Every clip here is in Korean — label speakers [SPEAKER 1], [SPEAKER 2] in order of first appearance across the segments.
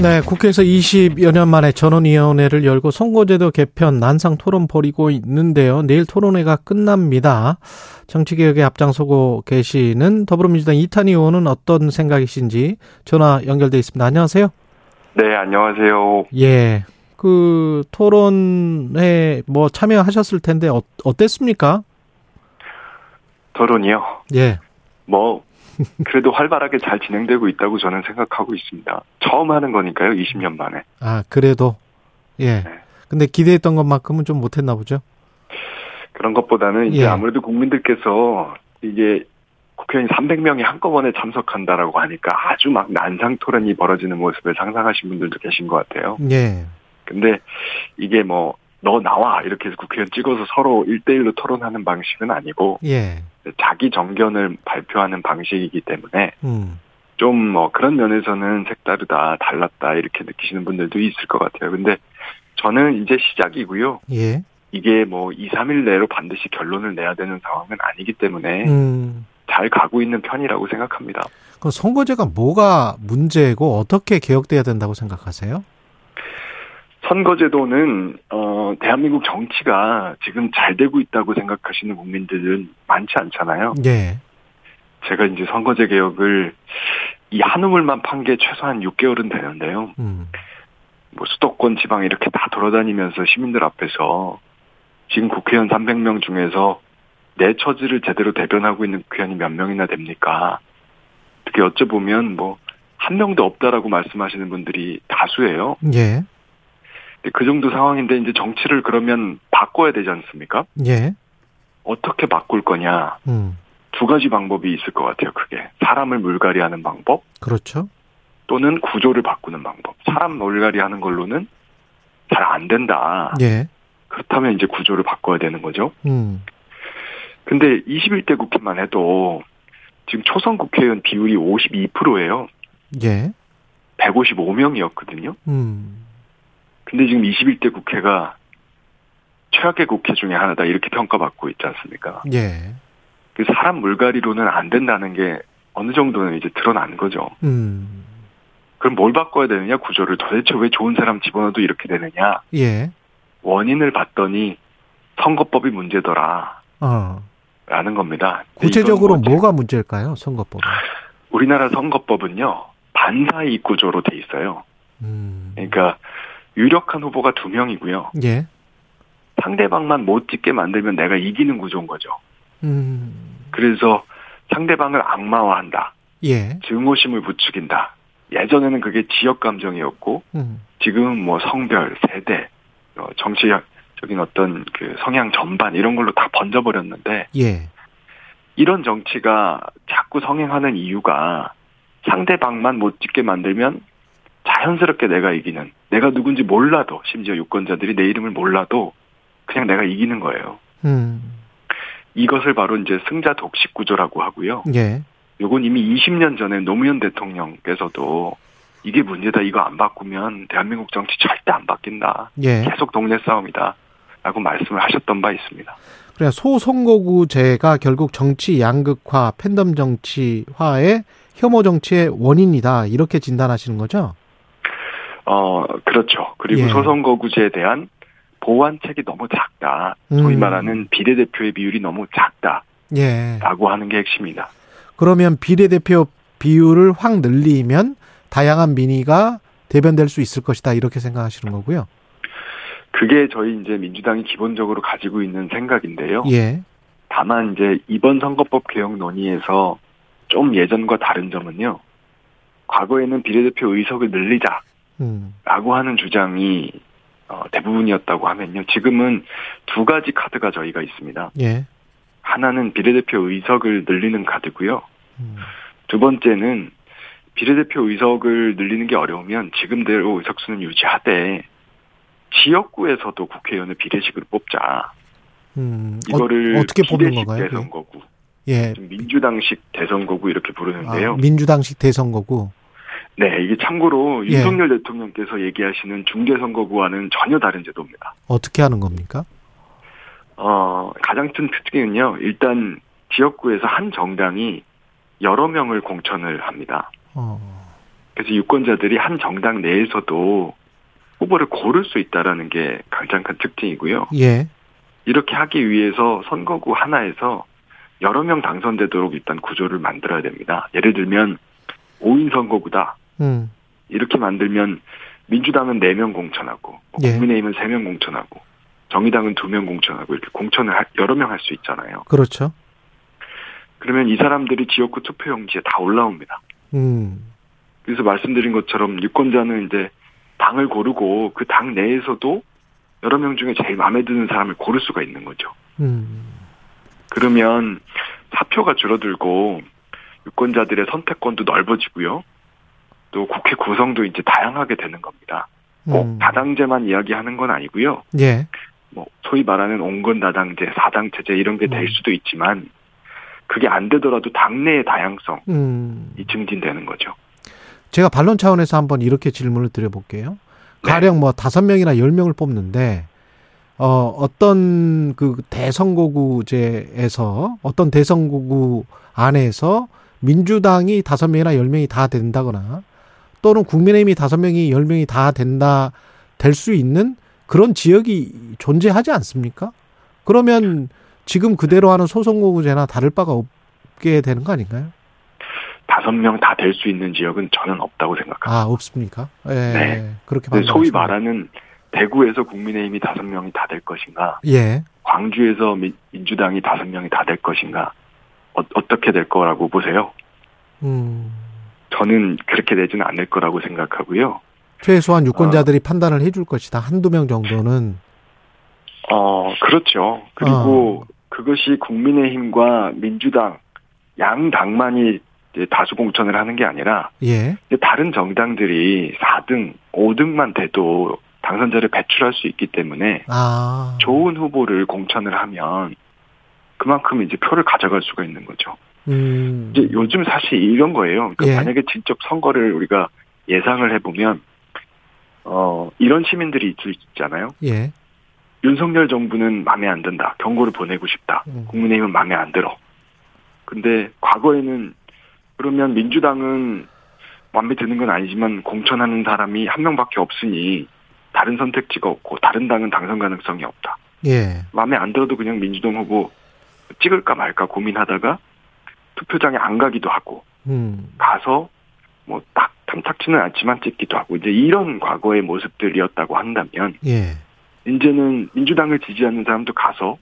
[SPEAKER 1] 네, 국회에서 20여 년 만에 전원위원회를 열고 선거제도 개편 난상 토론 벌이고 있는데요. 내일 토론회가 끝납니다. 정치개혁에 앞장서고 계시는 더불어민주당 이탄희 의원은 어떤 생각이신지 전화 연결돼 있습니다. 안녕하세요.
[SPEAKER 2] 네, 안녕하세요.
[SPEAKER 1] 예. 그 토론회 뭐 참여하셨을 텐데 어, 어땠습니까?
[SPEAKER 2] 토론이요.
[SPEAKER 1] 예.
[SPEAKER 2] 뭐, 그래도 활발하게 잘 진행되고 있다고 저는 생각하고 있습니다. 처음 하는 거니까요, 20년 만에.
[SPEAKER 1] 아, 그래도 예. 근데 기대했던 것만큼은 좀 못했나 보죠.
[SPEAKER 2] 그런 것보다는 이제
[SPEAKER 1] 예.
[SPEAKER 2] 아무래도 국민들께서 이게 국회의원 300명이 한꺼번에 참석한다라고 하니까 아주 막 난상 토론이 벌어지는 모습을 상상하신 분들도 계신 것 같아요.
[SPEAKER 1] 예.
[SPEAKER 2] 근데 이게 뭐, 너 나와! 이렇게 해서 국회의원 찍어서 서로 1대1로 토론하는 방식은 아니고,
[SPEAKER 1] 예.
[SPEAKER 2] 자기 정견을 발표하는 방식이기 때문에,
[SPEAKER 1] 음.
[SPEAKER 2] 좀 뭐 그런 면에서는 색다르다, 달랐다 이렇게 느끼시는 분들도 있을 것 같아요. 근데 저는 이제 시작이고요.
[SPEAKER 1] 예.
[SPEAKER 2] 이게 뭐 2, 3일 내로 반드시 결론을 내야 되는 상황은 아니기 때문에
[SPEAKER 1] 음.
[SPEAKER 2] 잘 가고 있는 편이라고 생각합니다.
[SPEAKER 1] 그럼 선거제가 뭐가 문제고 어떻게 개혁돼야 된다고 생각하세요?
[SPEAKER 2] 선거제도는 어 대한민국 정치가 지금 잘 되고 있다고 생각하시는 국민들은 많지 않잖아요.
[SPEAKER 1] 예.
[SPEAKER 2] 제가 이제 선거제 개혁을 이 한우물만 판 게 최소한 6개월은 되는데요.
[SPEAKER 1] 음.
[SPEAKER 2] 뭐 수도권 지방 이렇게 다 돌아다니면서 시민들 앞에서 지금 국회의원 300명 중에서 내 처지를 제대로 대변하고 있는 국회의원이 몇 명이나 됩니까? 어떻게 여쭤보면 뭐 한 명도 없다라고 말씀하시는 분들이 다수예요.
[SPEAKER 1] 예.
[SPEAKER 2] 근데 그 정도 상황인데 이제 정치를 그러면 바꿔야 되지 않습니까?
[SPEAKER 1] 예.
[SPEAKER 2] 어떻게 바꿀 거냐?
[SPEAKER 1] 음.
[SPEAKER 2] 두 가지 방법이 있을 것 같아요. 그게 사람을 물갈이하는 방법.
[SPEAKER 1] 그렇죠.
[SPEAKER 2] 또는 구조를 바꾸는 방법. 사람 물갈이 하는 걸로는 잘 안 된다.
[SPEAKER 1] 예.
[SPEAKER 2] 그렇다면 이제 구조를 바꿔야 되는 거죠.
[SPEAKER 1] 음.
[SPEAKER 2] 근데 21대 국회만 해도 지금 초선 국회의원 비율이 52%예요.
[SPEAKER 1] 예.
[SPEAKER 2] 155명이었거든요.
[SPEAKER 1] 음.
[SPEAKER 2] 근데 지금 21대 국회가 최악의 국회 중에 하나다 이렇게 평가받고 있지 않습니까?
[SPEAKER 1] 예.
[SPEAKER 2] 그 사람 물갈이로는 안 된다는 게 어느 정도는 이제 드러난 거죠.
[SPEAKER 1] 음.
[SPEAKER 2] 그럼 뭘 바꿔야 되느냐 구조를 도대체 왜 좋은 사람 집어넣어도 이렇게 되느냐
[SPEAKER 1] 예.
[SPEAKER 2] 원인을 봤더니 선거법이 문제더라.
[SPEAKER 1] 어.
[SPEAKER 2] 라는 겁니다. 근데
[SPEAKER 1] 구체적으로
[SPEAKER 2] 이건 뭐지?
[SPEAKER 1] 뭐가 문제일까요? 선거법은.
[SPEAKER 2] 우리나라 선거법은요 반사이익 구조로 돼 있어요.
[SPEAKER 1] 음.
[SPEAKER 2] 그러니까 유력한 후보가 두 명이고요.
[SPEAKER 1] 예.
[SPEAKER 2] 상대방만 못 찍게 만들면 내가 이기는 구조인 거죠.
[SPEAKER 1] 음.
[SPEAKER 2] 그래서 상대방을 악마화한다.
[SPEAKER 1] 예.
[SPEAKER 2] 증오심을 부추긴다. 예전에는 그게 지역 감정이었고
[SPEAKER 1] 음.
[SPEAKER 2] 지금은 뭐 성별, 세대, 어, 정치적인 어떤 그 성향 전반 이런 걸로 다 번져버렸는데
[SPEAKER 1] 예.
[SPEAKER 2] 이런 정치가 자꾸 성행하는 이유가 상대방만 못 찍게 만들면 자연스럽게 내가 이기는 내가 누군지 몰라도 심지어 유권자들이 내 이름을 몰라도 그냥 내가 이기는 거예요.
[SPEAKER 1] 음.
[SPEAKER 2] 이것을 바로 이제 승자 독식 구조라고 하고요.
[SPEAKER 1] 예.
[SPEAKER 2] 요건 이미 20년 전에 노무현 대통령께서도 이게 문제다. 이거 안 바꾸면 대한민국 정치 절대 안 바뀐다.
[SPEAKER 1] 예.
[SPEAKER 2] 계속 동네 싸움이다. 라고 말씀을 하셨던 바 있습니다.
[SPEAKER 1] 그래 소선거구제가 결국 정치 양극화, 팬덤 정치화의 혐오 정치의 원인이다 이렇게 진단하시는 거죠?
[SPEAKER 2] 어, 그렇죠. 그리고
[SPEAKER 1] 예.
[SPEAKER 2] 소선거구제에 대한 보완책이 너무 작다. 소위
[SPEAKER 1] 음.
[SPEAKER 2] 말하는 비례대표의 비율이 너무 작다라고
[SPEAKER 1] 예.
[SPEAKER 2] 하는 게 핵심이다.
[SPEAKER 1] 그러면 비례대표 비율을 확 늘리면 다양한 민의가 대변될 수 있을 것이다 이렇게 생각하시는 거고요.
[SPEAKER 2] 그게 저희 이제 민주당이 기본적으로 가지고 있는 생각인데요.
[SPEAKER 1] 예.
[SPEAKER 2] 다만 이제 이번 선거법 개혁 논의에서 좀 예전과 다른 점은요. 과거에는 비례대표 의석을 늘리자라고
[SPEAKER 1] 음.
[SPEAKER 2] 하는 주장이 어, 대부분이었다고 하면요. 지금은 두 가지 카드가 저희가 있습니다.
[SPEAKER 1] 예.
[SPEAKER 2] 하나는 비례대표 의석을 늘리는 카드고요.
[SPEAKER 1] 음.
[SPEAKER 2] 두 번째는 비례대표 의석을 늘리는 게 어려우면 지금대로 의석수는 유지하되 지역구에서도 국회의원을 비례식으로 뽑자.
[SPEAKER 1] 음.
[SPEAKER 2] 이거를
[SPEAKER 1] 어, 어떻게 뽑는
[SPEAKER 2] 비례식
[SPEAKER 1] 건가요?
[SPEAKER 2] 대선거구,
[SPEAKER 1] 예.
[SPEAKER 2] 지금 민주당식 대선거구 이렇게
[SPEAKER 1] 아,
[SPEAKER 2] 부르는데요.
[SPEAKER 1] 민주당식 대선거구.
[SPEAKER 2] 네, 이게
[SPEAKER 1] 예.
[SPEAKER 2] 참고로 윤석열 대통령께서 얘기하시는 중재선거구와는 전혀 다른 제도입니다.
[SPEAKER 1] 어떻게 하는 겁니까?
[SPEAKER 2] 어, 가장 큰 특징은요, 일단 지역구에서 한 정당이 여러 명을 공천을 합니다.
[SPEAKER 1] 어,
[SPEAKER 2] 그래서 유권자들이 한 정당 내에서도 후보를 고를 수 있다라는 게 가장 큰 특징이고요.
[SPEAKER 1] 예.
[SPEAKER 2] 이렇게 하기 위해서 선거구 하나에서 여러 명 당선되도록 일단 구조를 만들어야 됩니다. 예를 들면 5인 선거구다.
[SPEAKER 1] 음.
[SPEAKER 2] 이렇게 만들면 민주당은 4명 공천하고 뭐
[SPEAKER 1] 예.
[SPEAKER 2] 국민의힘은 3명 공천하고 정의당은 2명 공천하고 이렇게 공천을 할- 여러 명 할 수 있잖아요.
[SPEAKER 1] 그렇죠.
[SPEAKER 2] 그러면 이 사람들이 지역구 투표용지에 다 올라옵니다.
[SPEAKER 1] 음.
[SPEAKER 2] 그래서 말씀드린 것처럼 유권자는 이제 당을 고르고 그 당 내에서도 여러 명 중에 제일 마음에 드는 사람을 고를 수가 있는 거죠.
[SPEAKER 1] 음.
[SPEAKER 2] 그러면 사표가 줄어들고 유권자들의 선택권도 넓어지고요. 또 국회 구성도 이제 다양하게 되는 겁니다. 꼭
[SPEAKER 1] 음.
[SPEAKER 2] 다당제만 이야기하는 건 아니고요.
[SPEAKER 1] 예.
[SPEAKER 2] 뭐 소위 말하는 온건 다당제, 사당체제 이런 게 될
[SPEAKER 1] 음.
[SPEAKER 2] 수도 있지만 그게 안 되더라도 당내의 다양성이
[SPEAKER 1] 음.
[SPEAKER 2] 증진되는 거죠.
[SPEAKER 1] 제가 반론 차원에서 한번 이렇게 질문을 드려볼게요.
[SPEAKER 2] 네.
[SPEAKER 1] 가령 뭐 다섯 명이나 열 명을 뽑는데 어 어떤 그 대선거구제에서 어떤 대선거구 안에서 민주당이 다섯 명이나 열 명이 다 된다거나 또는 국민의힘이 다섯 명이 열 명이 다 된다 될 수 있는 그런 지역이 존재하지 않습니까? 그러면 지금 그대로 하는 소선거구제나 다를 바가 없게 되는 거 아닌가요?
[SPEAKER 2] 다섯 명 다 될 수 있는 지역은 저는 없다고 생각합니다.
[SPEAKER 1] 아 없습니까? 예,
[SPEAKER 2] 네.
[SPEAKER 1] 그렇게
[SPEAKER 2] 근데 소위
[SPEAKER 1] 말씀하시면-
[SPEAKER 2] 말하는 대구에서 국민의힘이 다섯 명이 다 될 것인가,
[SPEAKER 1] 예.
[SPEAKER 2] 광주에서 민, 주당이 다섯 명이 다 될 것인가, 어, 어떻게 될 거라고 보세요?
[SPEAKER 1] 음.
[SPEAKER 2] 저는 그렇게 되지는 않을 거라고 생각하고요.
[SPEAKER 1] 최소한 유권자들이 판단을 해줄 것이다. 한두 명 정도는.
[SPEAKER 2] 어, 그렇죠.
[SPEAKER 1] 어.
[SPEAKER 2] 그리고 그것이 국민의힘과 민주당 양 당만이 이제 다수 공천을 하는 게 아니라
[SPEAKER 1] 예.
[SPEAKER 2] 이제 다른 정당들이 4등, 5등만 돼도 당선자를 배출할 수 있기 때문에
[SPEAKER 1] 아.
[SPEAKER 2] 좋은 후보를 공천을 하면 그만큼 이제 표를 가져갈 수가 있는 거죠.
[SPEAKER 1] 음.
[SPEAKER 2] 이제 요즘 사실 이런 거예요. 그러니까
[SPEAKER 1] 예.
[SPEAKER 2] 만약에 직접 선거를 우리가 예상을 해보면 어 이런 시민들이 있을 수 있잖아요.
[SPEAKER 1] 예.
[SPEAKER 2] 윤석열 정부는 마음에 안 든다. 경고를 보내고 싶다.
[SPEAKER 1] 음.
[SPEAKER 2] 국민의힘은 마음에 안 들어. 근데 과거에는 그러면 민주당은 마음에 드는 건 아니지만 공천하는 사람이 한 명밖에 없으니 다른 선택지가 없고 다른 당은 당선 가능성이 없다.
[SPEAKER 1] 예.
[SPEAKER 2] 마음에 안 들어도 그냥 민주당 후보 찍을까 말까 고민하다가 투표장에 안 가기도 하고
[SPEAKER 1] 음.
[SPEAKER 2] 가서 뭐 딱 탐탁치는 않지만 찍기도 하고 이제 이런 과거의 모습들이었다고 한다면
[SPEAKER 1] 예.
[SPEAKER 2] 이제는 민주당을 지지하는 사람도 가서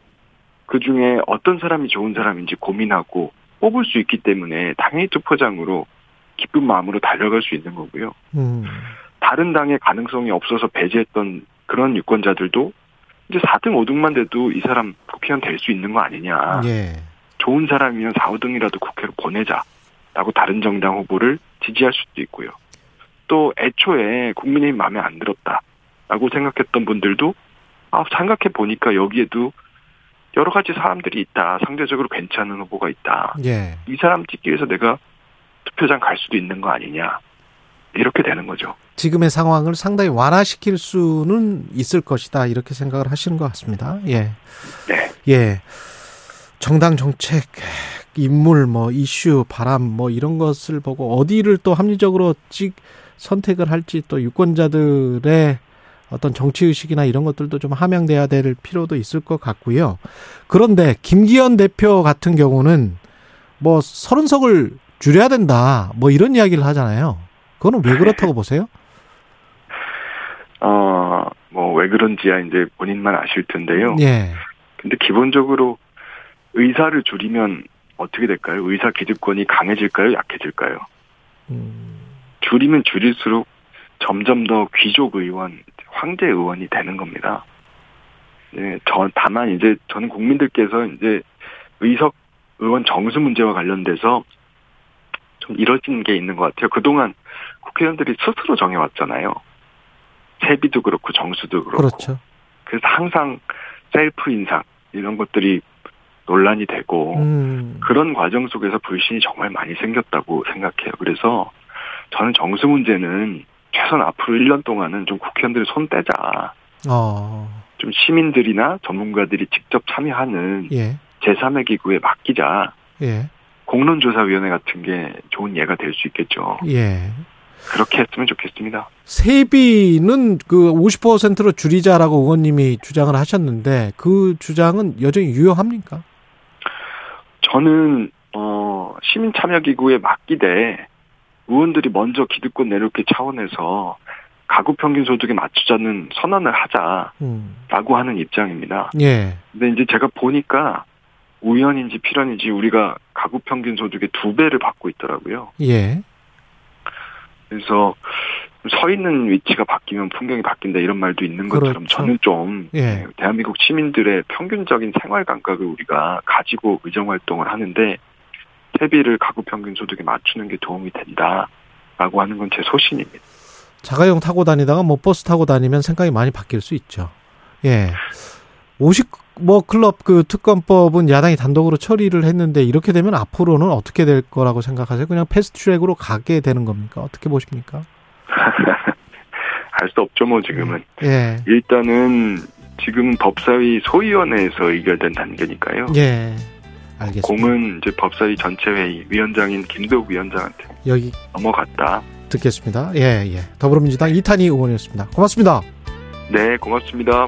[SPEAKER 2] 그 중에 어떤 사람이 좋은 사람인지 고민하고 뽑을 수 있기 때문에 당연히 투표장으로 기쁜 마음으로 달려갈 수 있는 거고요.
[SPEAKER 1] 음.
[SPEAKER 2] 다른 당의 가능성이 없어서 배제했던 그런 유권자들도 이제 4등, 5등만 돼도 이 사람 국회의원 될 수 있는 거 아니냐.
[SPEAKER 1] 예.
[SPEAKER 2] 좋은 사람이면 4, 5등이라도 국회로 보내자. 라고 다른 정당 후보를 지지할 수도 있고요. 또 애초에 국민의힘 마음에 안 들었다. 라고 생각했던 분들도 아, 생각해 보니까 여기에도 여러 가지 사람들이 있다. 상대적으로 괜찮은 후보가 있다.
[SPEAKER 1] 예.
[SPEAKER 2] 이 사람 찍기 위해서 내가 투표장 갈 수도 있는 거 아니냐. 이렇게 되는 거죠.
[SPEAKER 1] 지금의 상황을 상당히 완화시킬 수는 있을 것이다. 이렇게 생각을 하시는 것 같습니다. 예.
[SPEAKER 2] 네.
[SPEAKER 1] 예. 정당 정책, 인물, 뭐, 이슈, 바람, 뭐, 이런 것을 보고 어디를 또 합리적으로 찍, 선택을 할지 또 유권자들의 어떤 정치의식이나 이런 것들도 좀 함양돼야 될 필요도 있을 것 같고요. 그런데 김기현 대표 같은 경우는 뭐, 서른석을 줄여야 된다. 뭐, 이런 이야기를 하잖아요. 그거는 왜 그렇다고 보세요?
[SPEAKER 2] 어, 뭐, 왜 그런지야 이제 본인만 아실 텐데요.
[SPEAKER 1] 예.
[SPEAKER 2] 근데 기본적으로 의사를 줄이면 어떻게 될까요? 의사 기득권이 강해질까요? 약해질까요?
[SPEAKER 1] 음,
[SPEAKER 2] 줄이면 줄일수록 점점 더 귀족 의원, 황제 의원이 되는 겁니다. 예, 저, 다만 이제 저는 국민들께서 이제 의석 의원 정수 문제와 관련돼서 좀 이뤄진 게 있는 것 같아요. 그동안 국회의원들이 스스로 정해왔잖아요. 세비도 그렇고 정수도 그렇고.
[SPEAKER 1] 그렇죠.
[SPEAKER 2] 그래서 항상 셀프 인상 이런 것들이 논란이 되고
[SPEAKER 1] 음,
[SPEAKER 2] 그런 과정 속에서 불신이 정말 많이 생겼다고 생각해요. 그래서 저는 정수 문제는 최소한 앞으로 1년 동안은 좀 국회의원들이 손 떼자.
[SPEAKER 1] 어,
[SPEAKER 2] 좀 시민들이나 전문가들이 직접 참여하는
[SPEAKER 1] 예,
[SPEAKER 2] 제3의 기구에 맡기자.
[SPEAKER 1] 예,
[SPEAKER 2] 공론조사위원회 같은 게 좋은 예가 될 수 있겠죠.
[SPEAKER 1] 예.
[SPEAKER 2] 그렇게 했으면 좋겠습니다.
[SPEAKER 1] 세비는 그 50%로 줄이자라고 의원님이 주장을 하셨는데 그 주장은 여전히 유효합니까?
[SPEAKER 2] 저는 어, 시민 참여 기구에 맡기되 의원들이 먼저 기득권 내놓기 차원에서 가구 평균 소득에 맞추자는 선언을 하자라고
[SPEAKER 1] 음,
[SPEAKER 2] 하는 입장입니다.
[SPEAKER 1] 예,
[SPEAKER 2] 근데 이제 제가 보니까 우연인지 필연인지 우리가 가구 평균 소득의 두 배를 받고 있더라고요.
[SPEAKER 1] 예,
[SPEAKER 2] 그래서 서 있는 위치가 바뀌면 풍경이 바뀐다 이런 말도 있는 것처럼
[SPEAKER 1] 그렇죠.
[SPEAKER 2] 저는 좀 네,
[SPEAKER 1] 예.
[SPEAKER 2] 대한민국 시민들의 평균적인 생활 감각을 우리가 가지고 의정 활동을 하는데 세비를 가구 평균 소득에 맞추는 게 도움이 된다라고 하는 건 제 소신입니다.
[SPEAKER 1] 자가용 타고 다니다가 뭐 버스 타고 다니면 생각이 많이 바뀔 수 있죠. 예. 50뭐 클럽 그 특검법은 야당이 단독으로 처리를 했는데 이렇게 되면 앞으로는 어떻게 될 거라고 생각하세요? 그냥 패스트트랙으로 가게 되는 겁니까? 어떻게 보십니까?
[SPEAKER 2] 알 수 없죠 뭐 지금은
[SPEAKER 1] 예.
[SPEAKER 2] 일단은 지금 법사위 소위원회에서 의결된 단계니까요.
[SPEAKER 1] 예. 알겠습니다.
[SPEAKER 2] 공은 이제 법사위 전체 회의 위원장인 김도욱 위원장한테
[SPEAKER 1] 여기
[SPEAKER 2] 넘어갔다.
[SPEAKER 1] 듣겠습니다. 예, 예. 더불어민주당 이탄희 의원이었습니다. 고맙습니다.
[SPEAKER 2] 네 고맙습니다.